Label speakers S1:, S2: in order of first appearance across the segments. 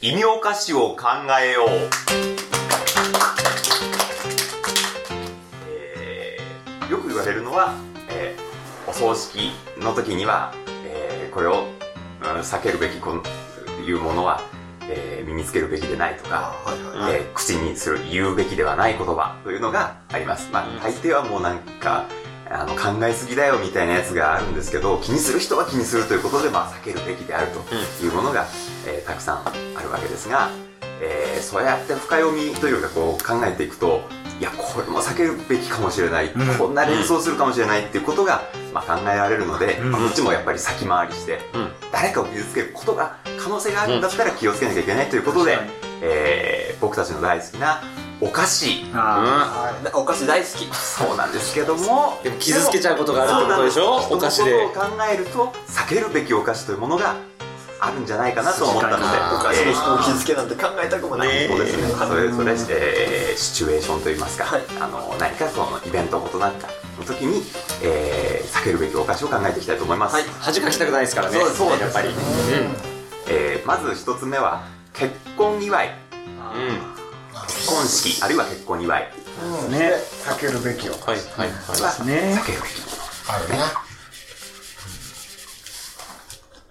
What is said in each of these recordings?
S1: 異名歌詞を考えよう。えーよく言われるのは、えーお葬式の時には、えーこれを、うん避けるべきこのいうものは、えー身につけるべきでないとか、
S2: はいはい
S1: えー口にする言うべきではない言葉というのがあります。ま
S3: うん
S1: あ、大抵はもうなんか、あの考えすぎだよみたいなやつがあるんですけど気にする人は気にするということで、まあ、避けるべきであるというものが、えーたくさんあるわけですが、えーそうやって深読みというかこう考えていくといやこれも避けるべきかもしれない、
S2: うん
S1: こんな連想するかもしれないっていうことが、まあ、考えられるので、
S2: うん
S1: まあこっちもやっぱり先回りして、
S3: うん
S1: 誰かを傷つけることが可能性があるんだったら気をつけなきゃいけないということで、
S2: 確かに
S1: えー僕たちの大好きなお菓子
S2: あーはい
S3: お菓子大好き
S1: そうなんですけども
S3: でも傷つけちゃうことがあるって
S1: そ
S3: こ
S1: うな
S3: と
S1: ん
S3: で
S1: で
S3: し
S1: す
S3: ょお菓子
S1: 人の
S3: で
S1: ことを考えると避けるべきお菓子というものがあるんじゃないかなと思ったので
S2: 確かに
S3: お
S2: お
S3: 菓
S2: 菓
S3: 子
S2: 子
S3: の人を
S2: の人を
S3: 傷
S2: 傷
S3: つけなんて考えたくもな
S1: ないいそうですね、
S2: うん
S1: それそれ、えーシチュエーションといいますか、
S3: はい
S1: あの何かそのイベント事なんかの時に、えー避けるべきお菓子を考えていきたいと思います、
S3: はい恥かきたくないですからね
S1: そうそうです
S3: やっぱりうん
S1: えーまず一つ目は結婚祝い結婚式あるいは結婚祝いは
S2: うん
S4: ね
S2: ね避けるべきを
S3: はいはいは
S1: 避
S4: ね
S1: けるべきもの
S2: あるね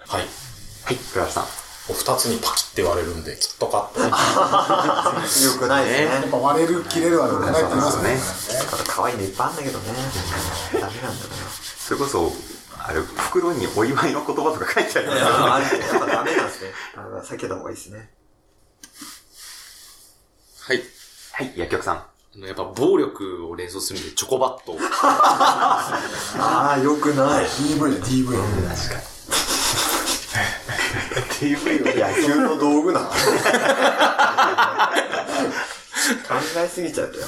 S5: はい。
S1: はい倉田さん
S5: お二つにパキって割れるんで、きっとかって。
S3: いよくないですね
S2: ね
S3: だ
S2: や
S3: か
S2: っ
S4: っ
S2: ぱ割れる切れるは考えていますね
S3: ら可愛いのいっぱいあんだ けどねダメなんだよ
S1: それこそあれ袋にお祝いの言葉とか書いてありますよね
S3: なあれやっぱダメなんですねあの避けた方がいいですね
S5: はい。
S1: はい薬局さん
S5: あのやっぱ暴力を連想するんで、チョコバット。
S3: ああよくない
S2: DV で DV
S1: 確かに
S3: DV は野球の道具なの考えすぎちゃうとやっ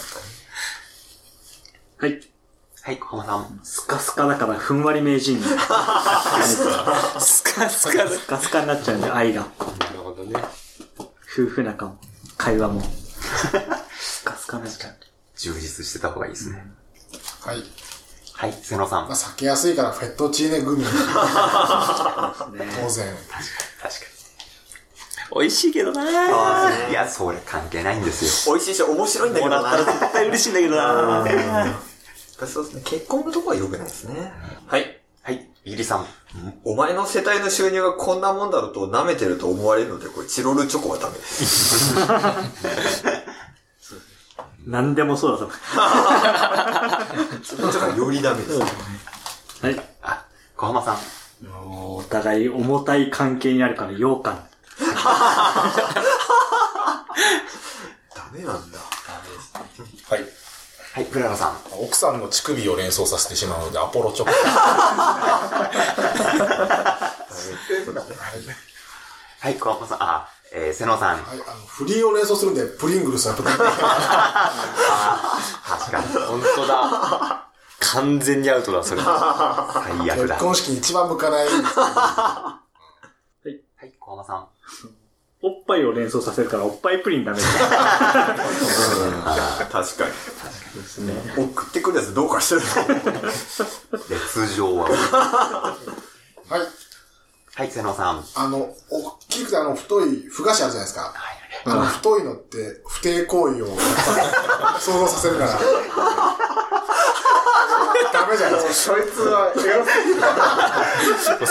S4: はい。
S1: はい小浜さん
S4: スカスカだから、ふんわり名人。ス
S5: スカスカ
S4: カスカになっちゃうんで、愛が。
S5: なるほどね。
S4: 夫婦仲も、会話も。スカスカになっちゃう。
S1: 充実してた方がいいですね、
S2: はい
S1: はい瀬野さん
S2: まあ
S1: 確か
S2: 避けやすいからフェットチーネグミ当然
S3: 美味しいけどな
S1: にいやそれ関係ないんですよ
S3: 美味しいし面白いんだけどなもらったら絶対嬉しいんだけどなそうですね結婚のとこは良くないですねはい
S1: はい、イギリさん。
S3: お前の世帯の収入がこんなもんだろうと舐めてると思われるので、これチロルチョコはダメです。
S4: 何でもそうだと思
S3: チロルチョコはよりダメです。
S4: う。はい。
S1: あ、小浜さん。
S4: お互い重たい関係にあるから、羊羹。
S3: ダメなんだ。
S5: はい。
S1: はい、クララさん。
S5: 奥さんの乳首を連想させてしまうので、アポロチョコ。
S1: はい、小浜さん。あ、えー、瀬野さん。
S2: はいあのフリーを連想するんでプリングルスはやっぱ
S1: 確かに。
S5: 本当だ。完全にアウトだ、それ。
S1: 最悪だ。
S2: 結
S1: は
S2: 婚式に一番向かない
S1: い、小浜さん。
S4: おっぱいを連想させるから、おっぱいプリンダメだ。
S3: 確かに。送ってくるやつどうかしてる
S1: 列上は。
S2: はい
S1: はい、瀬野さん。はい、
S2: あの大きくてあの太いふ菓子あるじゃないですかあの太いのって不貞行為を 想像させるからダメじゃないです
S3: そいつは、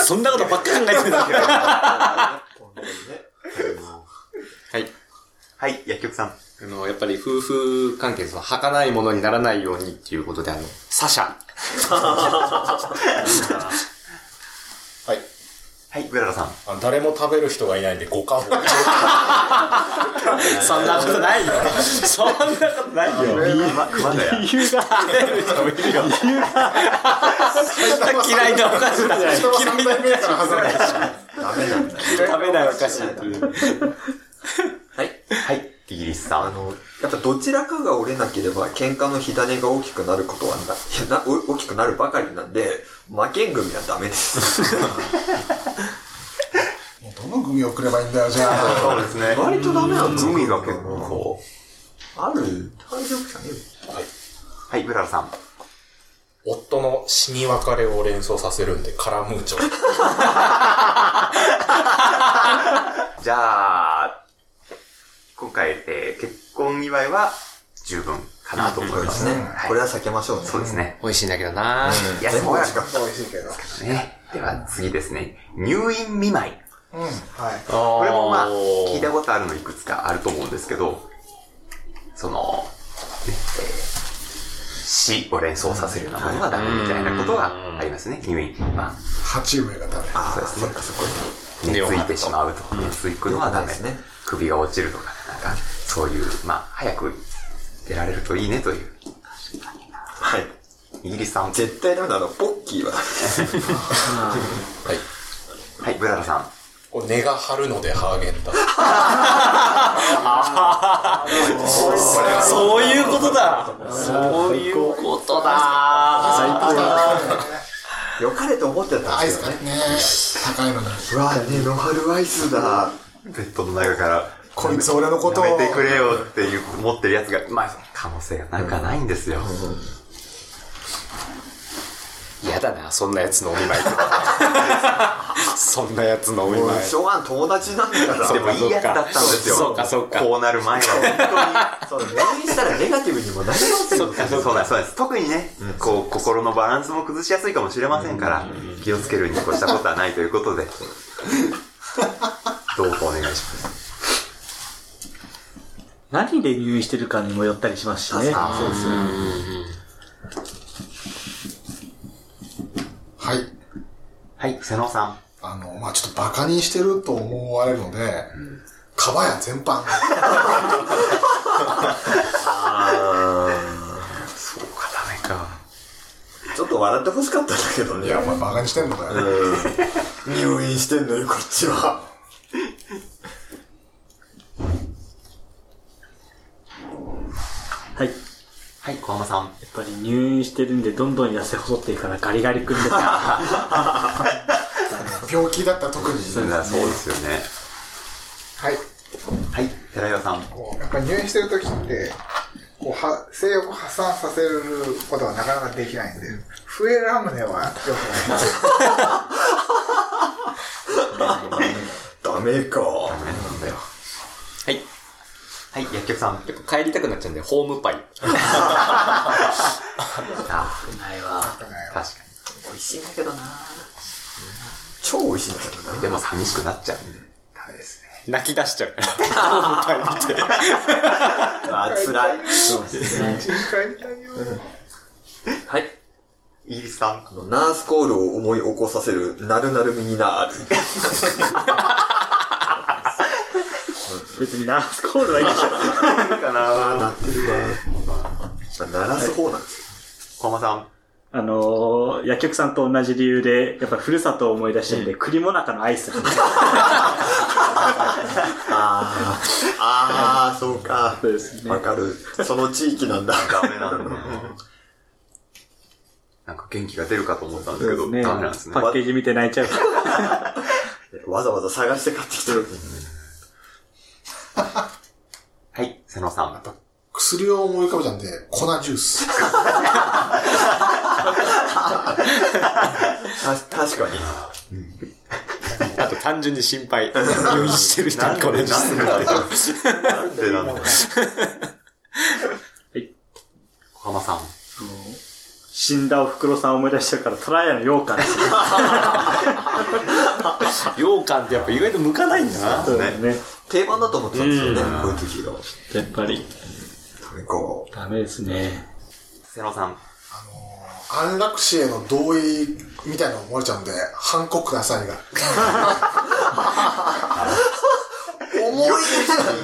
S5: そんなことばっか考えてるんだけど。ははい。
S1: はい、薬局さん。
S5: あの、やっぱり夫婦関係、その、儚いものにならないようにっていうことで、あの、サシャ。
S6: はい。
S1: はい、クララさん。
S6: あの誰も食べる人がいないんで、五感を。
S5: そんなことないよ。そんなことないよ。
S1: 熊熊谷。
S4: 理由が、
S5: 嫌いなお菓子だ。
S2: か人は3代目から外れない
S3: ダメなんだ。
S5: 食べないお菓子。
S3: はい。
S1: はい、イギリスさ
S3: あ
S1: ん。
S3: の、やっぱどちらかが折れなければ、喧嘩の火種が大きくなることはな、いやなお大きくなるばかりなんで、負けん組はダメです。
S2: もうどのグミを送ればいいんだよじゃあ
S1: そうですね
S3: 割とダメなんですよ
S1: 海が結構。
S3: ある大丈夫じゃねえよ
S1: はい、クララさん。
S6: 夫の死に別れを連想させるんで、カラムーチョ。
S1: じゃあ、今回、えー結婚祝いは十分かなと思いますね。はい
S3: これは避けましょうね。
S1: そうですね。
S5: 美味しいんだけどなぁ。
S1: いや、
S3: 全
S1: そう
S3: 部
S1: や
S3: 時間。
S2: 美味しいけど。う
S1: ね。では次ですね。入院見舞い。
S2: ん。はい。
S1: こ
S5: こ
S1: れもまあ、聞いたことあるのいくつかあると思うんですけど、その、ねえー死を連想させるようなものはダメみたいなことはありますね、入院。まあ、
S2: 鉢植えがダメ。
S3: ああ、そっかそこ
S1: 寝ついてしまうと。寝つくのはダメ
S3: ですね。
S1: 首が落ちるとか、なんか、そういう、まあ、早く出られるといいねという。
S3: はい。
S1: イギリスさん。はい、
S3: 絶対ダメなの、ポッキーはダメ
S1: ブララさん。
S6: こう根が張るのでハーゲンダッツ。
S4: そういうことだそういうことだ
S2: あ
S3: 良かれと思ってた
S2: ア
S3: ん
S2: イ
S3: で
S2: ス
S3: すよ
S2: が
S3: ね。
S2: ね、高いのに。
S3: うわ、ね、ノハルアイスだ。
S1: ベッドの中から、
S2: こいつ俺のことを
S1: やめてくれよっていう、持ってるやつが、まあ、可能性がなんかないんですよ。
S5: 嫌だな、そんなやつのお見舞いとか。そんなやつのお見
S3: も
S5: 舞
S3: う、
S5: い。
S3: しょうがん友達なんだから。
S1: でもいいやつだったんですよ。
S5: そうかそうか
S1: こうなる前は。
S3: そう、入院したらネガティブにもなります
S1: そ
S3: よ。
S1: うなんです、そうなんです。特にね、こう、心のバランスも崩しやすいかもしれませんから、気をつけるに越したことはないということ で、どうかお願いします。
S4: 何で入院してるかにもよったりしますしね。
S1: あ
S2: はい。
S1: はい、瀬野さん。
S2: あの、まあちょっとバカにしてると思われるので、カバヤ全般。
S1: そうか、ダメか。
S3: ちょっと笑ってほしかったんだけど
S2: い
S3: ね
S2: や、。お前バカにしてんのかよ。
S3: 入院してんのよ、こっちは。
S4: はい。
S1: はい、小浜さん。
S4: やっぱり入院してるんで、どんどん痩せ細っていくからガリガリくんですよ。
S2: 病気だったら特に。
S1: そうですよね。
S7: はい。
S1: はい、寺岩さん。
S7: こうやっぱり入院してる時って、こうは性欲を破産させることはなかなかできないんで、増えラムネはよくない。
S3: ダメか。
S5: はい。
S1: はい、薬局さん。
S5: やっぱ帰りたくなっちゃうんで、ホームパイ。
S1: あ
S4: ないわ。
S1: ー確か
S3: 美味しいんだけどな。超美味しいんだけど
S1: に。
S3: な。
S1: でも寂しくなっちゃうんで。ダメですね。
S5: 泣き出しちゃうから。
S3: あ、辛い。
S7: 一時間痛いよ。
S5: はい。
S1: イギリスさん。
S3: ナースコールを思い起こさせる、なるなるミニナール。
S4: 別にナースコールはいいでしょ。
S3: なってるわ。鳴らす方なんですよ。
S1: 小浜さん。
S4: あのー、薬局さんと同じ理由で、やっぱふるさとを思い出してるんで、栗もなかのアイス。
S3: あー、あー、そうか。
S4: そうですね
S3: わ。かる。その地域なんだ。
S1: ダメなんだね。なんか元気が出るかと思ったんですけど、ダメなんですね
S4: パ。ッケージ見て泣いちゃう。
S3: わざわざ探して買ってきてる。
S1: はい、瀬野さん。
S2: 薬を思い浮かべたんで、粉ジュース。
S3: た確かに。
S5: あと単純に心配。入院してる人にこれ実
S1: なんで
S5: 践
S1: なんでなんで
S4: はい。
S1: 小浜さん。
S4: 死んだおふくろさんを思い出してるから、トライアの羊羹ですね。
S5: 羊羹ってやっぱ意外と向かないんだな。
S4: そうですね。
S3: 定番だと思ってたんですよね、こういう時が。
S4: やっぱり、
S3: ダメか。
S4: ダメですね。
S1: 瀬野さん。
S2: 安楽死への同意みたいなの漏れちゃうんで、ハンコくださいが。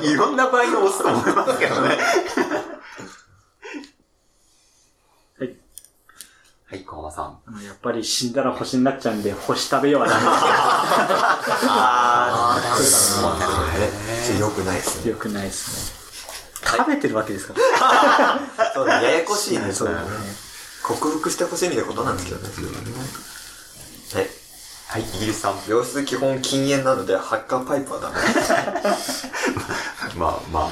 S1: 重 いいろんな場合に押すと思いますけどね。
S4: はい。
S1: はい、小浜さん。
S4: あのやっぱり死んだら星になっちゃうんで、星食べようはダメ
S1: あ
S3: まあ、なるほどね。よくないです
S4: で
S3: ね。
S4: す。よくないですね。食べてるわけですから。
S3: そうややこしいね。
S4: そうだね。
S3: 克服してほしいみたいなことなんですけどね。それはねはい。
S1: ーはい、イギリスさん。
S3: 病室基本禁煙なので、発火パイプはダメ。
S1: まあまあ、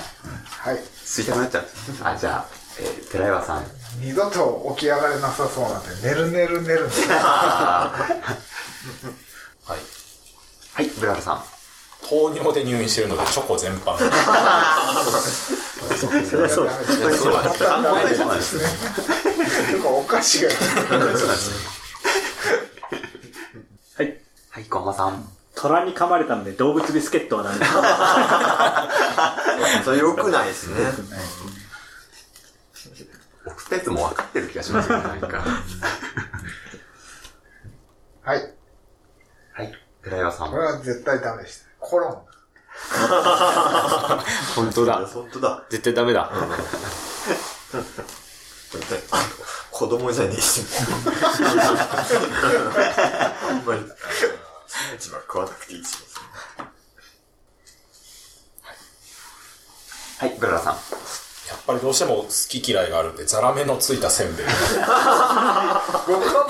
S7: はい。
S1: 吸いたくなっちゃう。あ、じゃあ、えー、寺岩さん。
S7: 二度と起き上がれなさそうなんで、寝る寝る寝る寝る。
S1: はい、ブラルさん。
S6: 糖尿で入院してるので、チョコ全般。
S4: それは そう。
S1: そうなんですよ
S7: ダメ
S1: そうなんですよ
S7: なんかお菓子が。
S4: はい。
S1: はい、小浜さん。
S4: 虎に噛まれたので動物ビスケットはなんだ
S3: それ良くないですね。
S1: 送ったやつも 分かってる気がしますよ、なんか。
S7: はい。
S1: はい。寺岩さん
S7: こ。れは絶対ダメでした。コロン。
S5: 本当だ。
S3: 本当だ。
S5: 絶対ダメだ。
S3: あ子供じゃねえし。あんまり、スナチは食わなくていいし。
S1: はい、ブララさん。
S6: やっぱりどうしても好き嫌いがあるんで、ザラメのついたせんべい。
S7: 僕は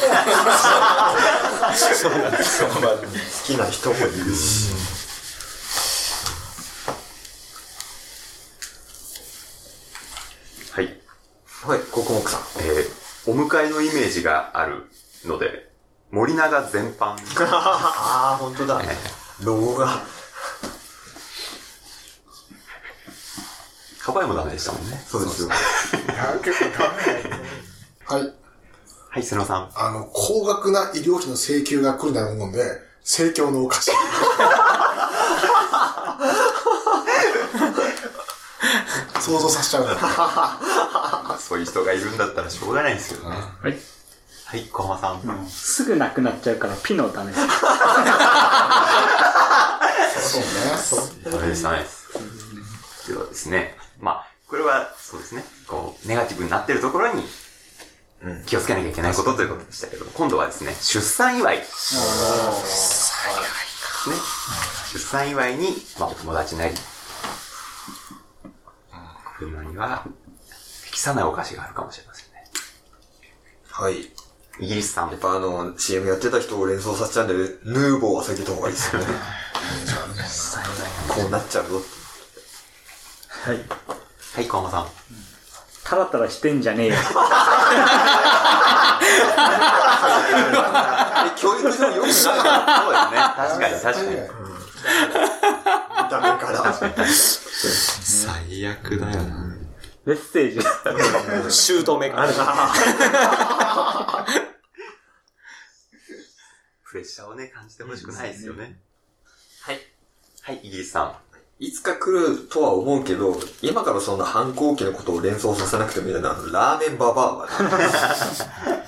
S7: もう、
S6: まあ
S3: 好きな人もいるし。
S1: はい。
S3: はい、ココモクさん。
S1: えー、お迎えのイメージがあるので、森永全 般。
S3: ああ、本当だ。ロゴが。
S1: カバエもダメでしたもんね。
S3: そうですよ。
S7: あ結構ダメだよ。
S2: はい。
S1: はい、瀬野さん。
S2: あの、高額な医療費の請求が来るなるもんで、請求のお菓子。 想像させちゃうな。
S1: あ、そういう人がいるんだったらしょうがないんですけどね。
S4: はい。
S1: はい、小浜さん。
S4: すぐなくなっちゃうからピノダメです。
S2: そうね。
S1: ダメです、ダメです。ではですね、まあ、これは、そうですね、こう、ネガティブになってるところに、気をつけなきゃいけないことということでしたけど、今度はですね、出産祝い。出産祝いか。ね。出産祝いに、まあ、お友達なり、車には、適さないお菓子があるかもしれませんね。
S3: はい。
S1: イギリスさん
S3: やっ。ぱあの、CM やってた人を連想させちゃうんで、ヌーボーは避けた方がいいですよね。こうなっちゃうぞって。
S4: はい。
S1: はい、小浜さん。
S4: タラタラしてんじゃねえよ。
S3: え教育上良く
S1: そうで
S3: ないから
S1: すね。確かに、確かに。
S3: ダメから。
S5: 最悪だよな。
S4: メッセージ。
S5: シュート目あるな。
S1: プレッシャーをね、感じてほしくないですよね。はい。はい、イギリスさん。
S3: いつか来るとは思うけど、今からそんな反抗期のことを連想させなくてもいいな。ラーメンババアはね、
S4: は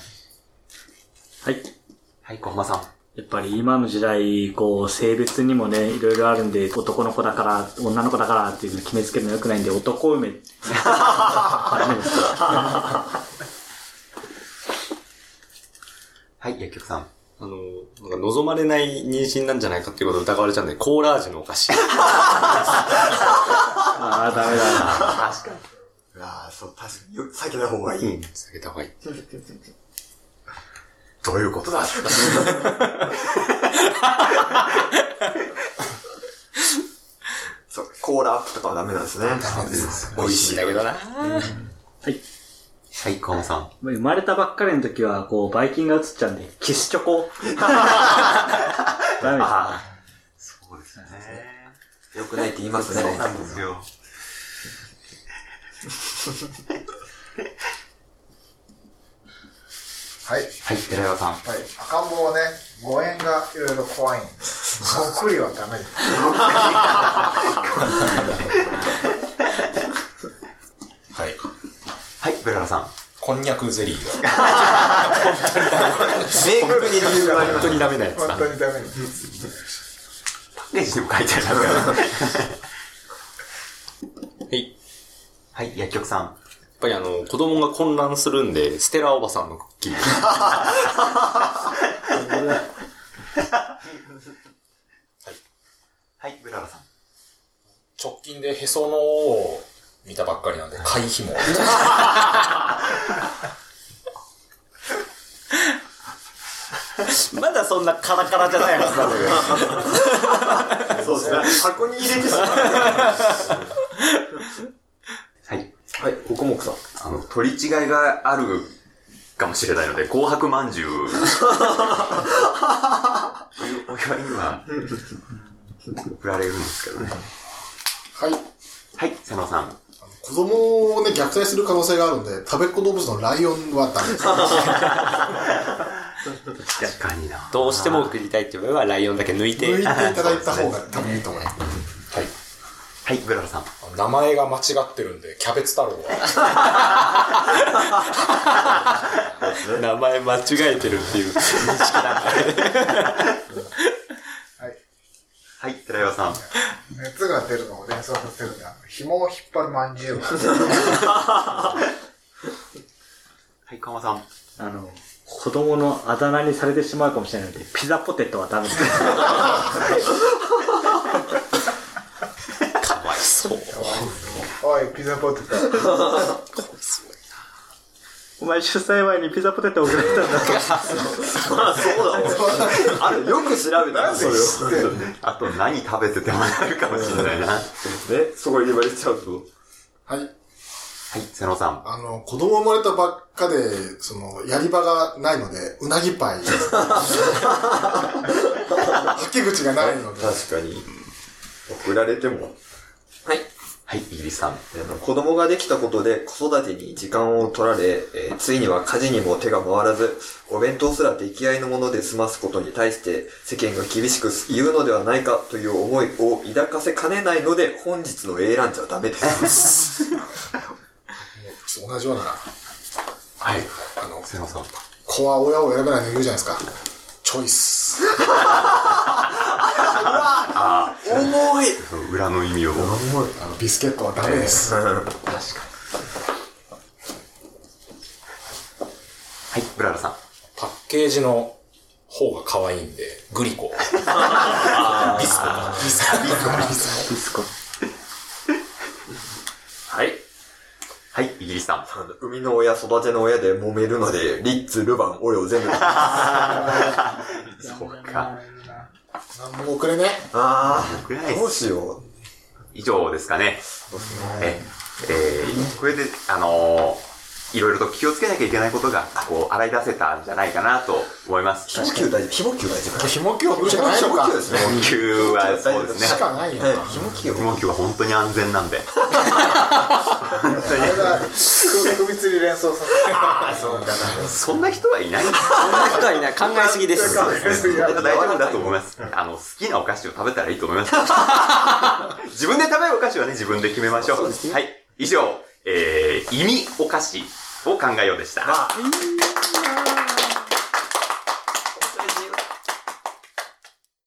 S4: い。
S1: はい、小浜さん。
S4: やっぱり今の時代、こう、性別にもね、いろいろあるんで、男の子だから、女の子だからっていうのを決めつけるのよくないんで、男梅。 ダメです。
S1: はい、薬局さん。
S5: あの、なんか望まれない妊娠なんじゃないかっていうことを疑われちゃうんで、コーラ味のお 菓子。
S4: ああ、ダメだな。
S3: ああ、そう、確かによ、避けた方がいい。
S5: ん、下げた方がいい。
S3: どういうことだそう、コーラアップとかはダメなんですね。美味しい。
S5: だな。
S4: はい。
S1: はい、小浜さん。
S4: 生まれたばっかりの時は、こう、バイキンが映っちゃうんで、キスチョコ。 ダメです。
S1: ああ。そうですね。
S3: 良くないって言いますね。
S1: なんですよ。
S7: はい。
S1: はい、寺山さん。
S7: はい、赤ん坊はね、誤嚥がいろいろ怖いんで、そっくりはダメです。
S6: はい。
S1: はい、ブララさん。
S6: こんにゃくゼリーが。
S3: 明確に理由がありま
S5: 本
S3: す
S5: 当。にダメなや つ
S7: 本
S5: だ。
S7: 当にダメです。
S1: パッケージにも書いてありますからね。
S5: はい。や
S1: はい、薬局さん。
S5: っぱりあの、子供が混乱するんで、ステラおばさんのクッキー。
S1: はい、ブララさん。
S6: 直近でへその緒を見たばっかりなんで、貝紐。
S4: まだそんなカラカラじゃないはずだね。
S3: そうですね。箱に入れてしまう。
S1: はい。
S3: はい、ココモクさん。
S1: あの、取り違いがあるかもしれないので、紅白まんじゅう。お祝いには、振られるんですけどね。
S2: はい。
S1: はい、瀬野さん。
S2: 子供をね、虐待する可能性があるんで、食べっ子動物のライオンはダ メです。
S1: 確かにな。
S5: どうしても送りたいって場合は、ライオンだけ抜いて。
S2: 抜いていただいた方が多分いいと思います。
S6: はい。
S1: はい、ブララさん。
S6: 名前が間違ってるんで、キャベツ太郎は。
S5: 名前間違えてるっていう認識なんかね。
S7: はい。
S1: はい、寺岩さん。
S7: 熱が出るのを連想させるんで、あの紐を引っ張るまんじゅうは。
S1: はい、川間さん。
S4: あの、子供のあだ名にされてしまうかもしれないので、ピザポテトはダメです。
S7: おい、ピザポテト。
S4: お前出産祝いにピザポテト送られたんだ。
S3: まあ、 そうだもん。あれ、よく調べたよ、それを。
S1: あと何食べててもらえるかもしれないな。はい、
S3: ね、そこに言われちゃうと。
S2: はい。
S1: 瀬野さん。
S2: あの、子供生まれたばっかで、その、やり場がないので、うな ぎパイ。 吐き口がないので。
S3: 確かに。送られても。はい。
S1: はい、イギリスさん。
S3: えー子供ができたことで子育てに時間を取られ、えーついには家事にも手が回らず、お弁当すら出来合いのもので済ますことに対して世間が厳しく言うのではないかという思いを抱かせかねないので、本日の A ランチはダメです。
S2: 同じような、
S1: はい、
S2: あの、
S1: 瀬野さん。
S2: 子は親を選べないの言うじゃないですか。チョイス。
S3: 重い
S1: その裏の意味を。
S2: あのビスケットはダメです。
S1: はい、ブララさん。
S6: パッケージの方が可愛いんで、グリコ。ビスコか。
S4: ビスコ。
S3: はい。
S1: はい、イギリスさん。
S3: あの生みの親、育ての親で揉めるので、リッツ、ルヴァン、オレオ全部。あ
S1: そうか。
S2: 何も遅れね。
S3: あ
S1: よくない
S3: ー、
S1: っ
S3: どう
S1: す
S3: しよう。
S1: 以上ですかね。え、えーこれで、あのーいろいろと気をつけなきゃいけないことが、こう、洗い出せたんじゃないかなと思います。
S3: ひもきゅう大丈夫。ひもきゅう大丈夫。
S2: ひもきを振るしかないの
S3: ひも
S2: か
S3: きゅう。ですね。
S1: もう級はそうですね。
S2: しかないよ
S3: え
S2: な。
S3: ーひもきゅう。
S1: もう級は本当に安全なんで。
S7: それが、首吊り連想さ
S1: そんな人はいないんです
S5: そんな人はいない。考えすぎです。
S7: せる。いや
S1: 大丈夫だと思います。あの、好きなお菓子を食べたらいいと思います。 自分で食べるお菓子はね、自分で決めましょう。はい。以上、えー、意味お菓子を考えようでした。
S3: あ